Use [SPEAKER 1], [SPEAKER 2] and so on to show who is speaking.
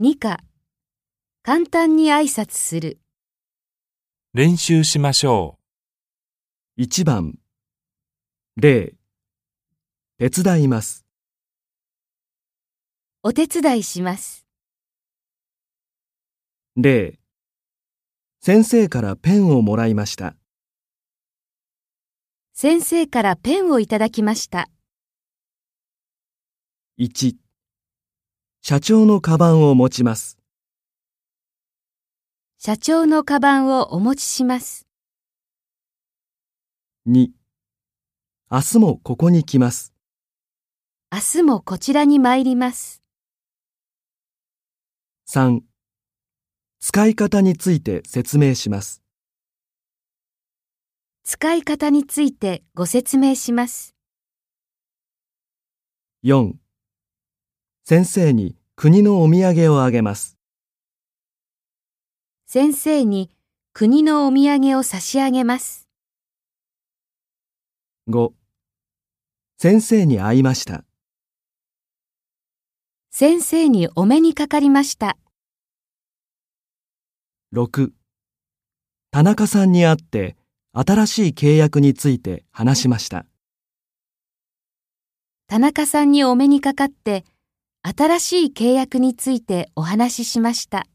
[SPEAKER 1] 2課、簡単に挨拶する。
[SPEAKER 2] 練習しましょ
[SPEAKER 3] 1番0手伝います
[SPEAKER 1] お手伝いします。
[SPEAKER 3] 0先生からペンをもらいました
[SPEAKER 1] 先生からペンをいただきました。
[SPEAKER 3] 1社長のカバンを持ちます
[SPEAKER 1] 社長のカバンをお持ちします。
[SPEAKER 3] 2明日もここに来ます
[SPEAKER 1] 明日もこちらに参ります。
[SPEAKER 3] 3使い方について説明します
[SPEAKER 1] 使い方についてご説明します。
[SPEAKER 3] 4先生に国のお土産をあげます
[SPEAKER 1] 先生に国のお土産を差し上げます。
[SPEAKER 3] 5先生に会いました
[SPEAKER 1] 先生にお目にかかりました。
[SPEAKER 3] 6田中さんに会って新しい契約について話しました
[SPEAKER 1] 田中さんにお目にかかって、新しい契約についてお話ししました。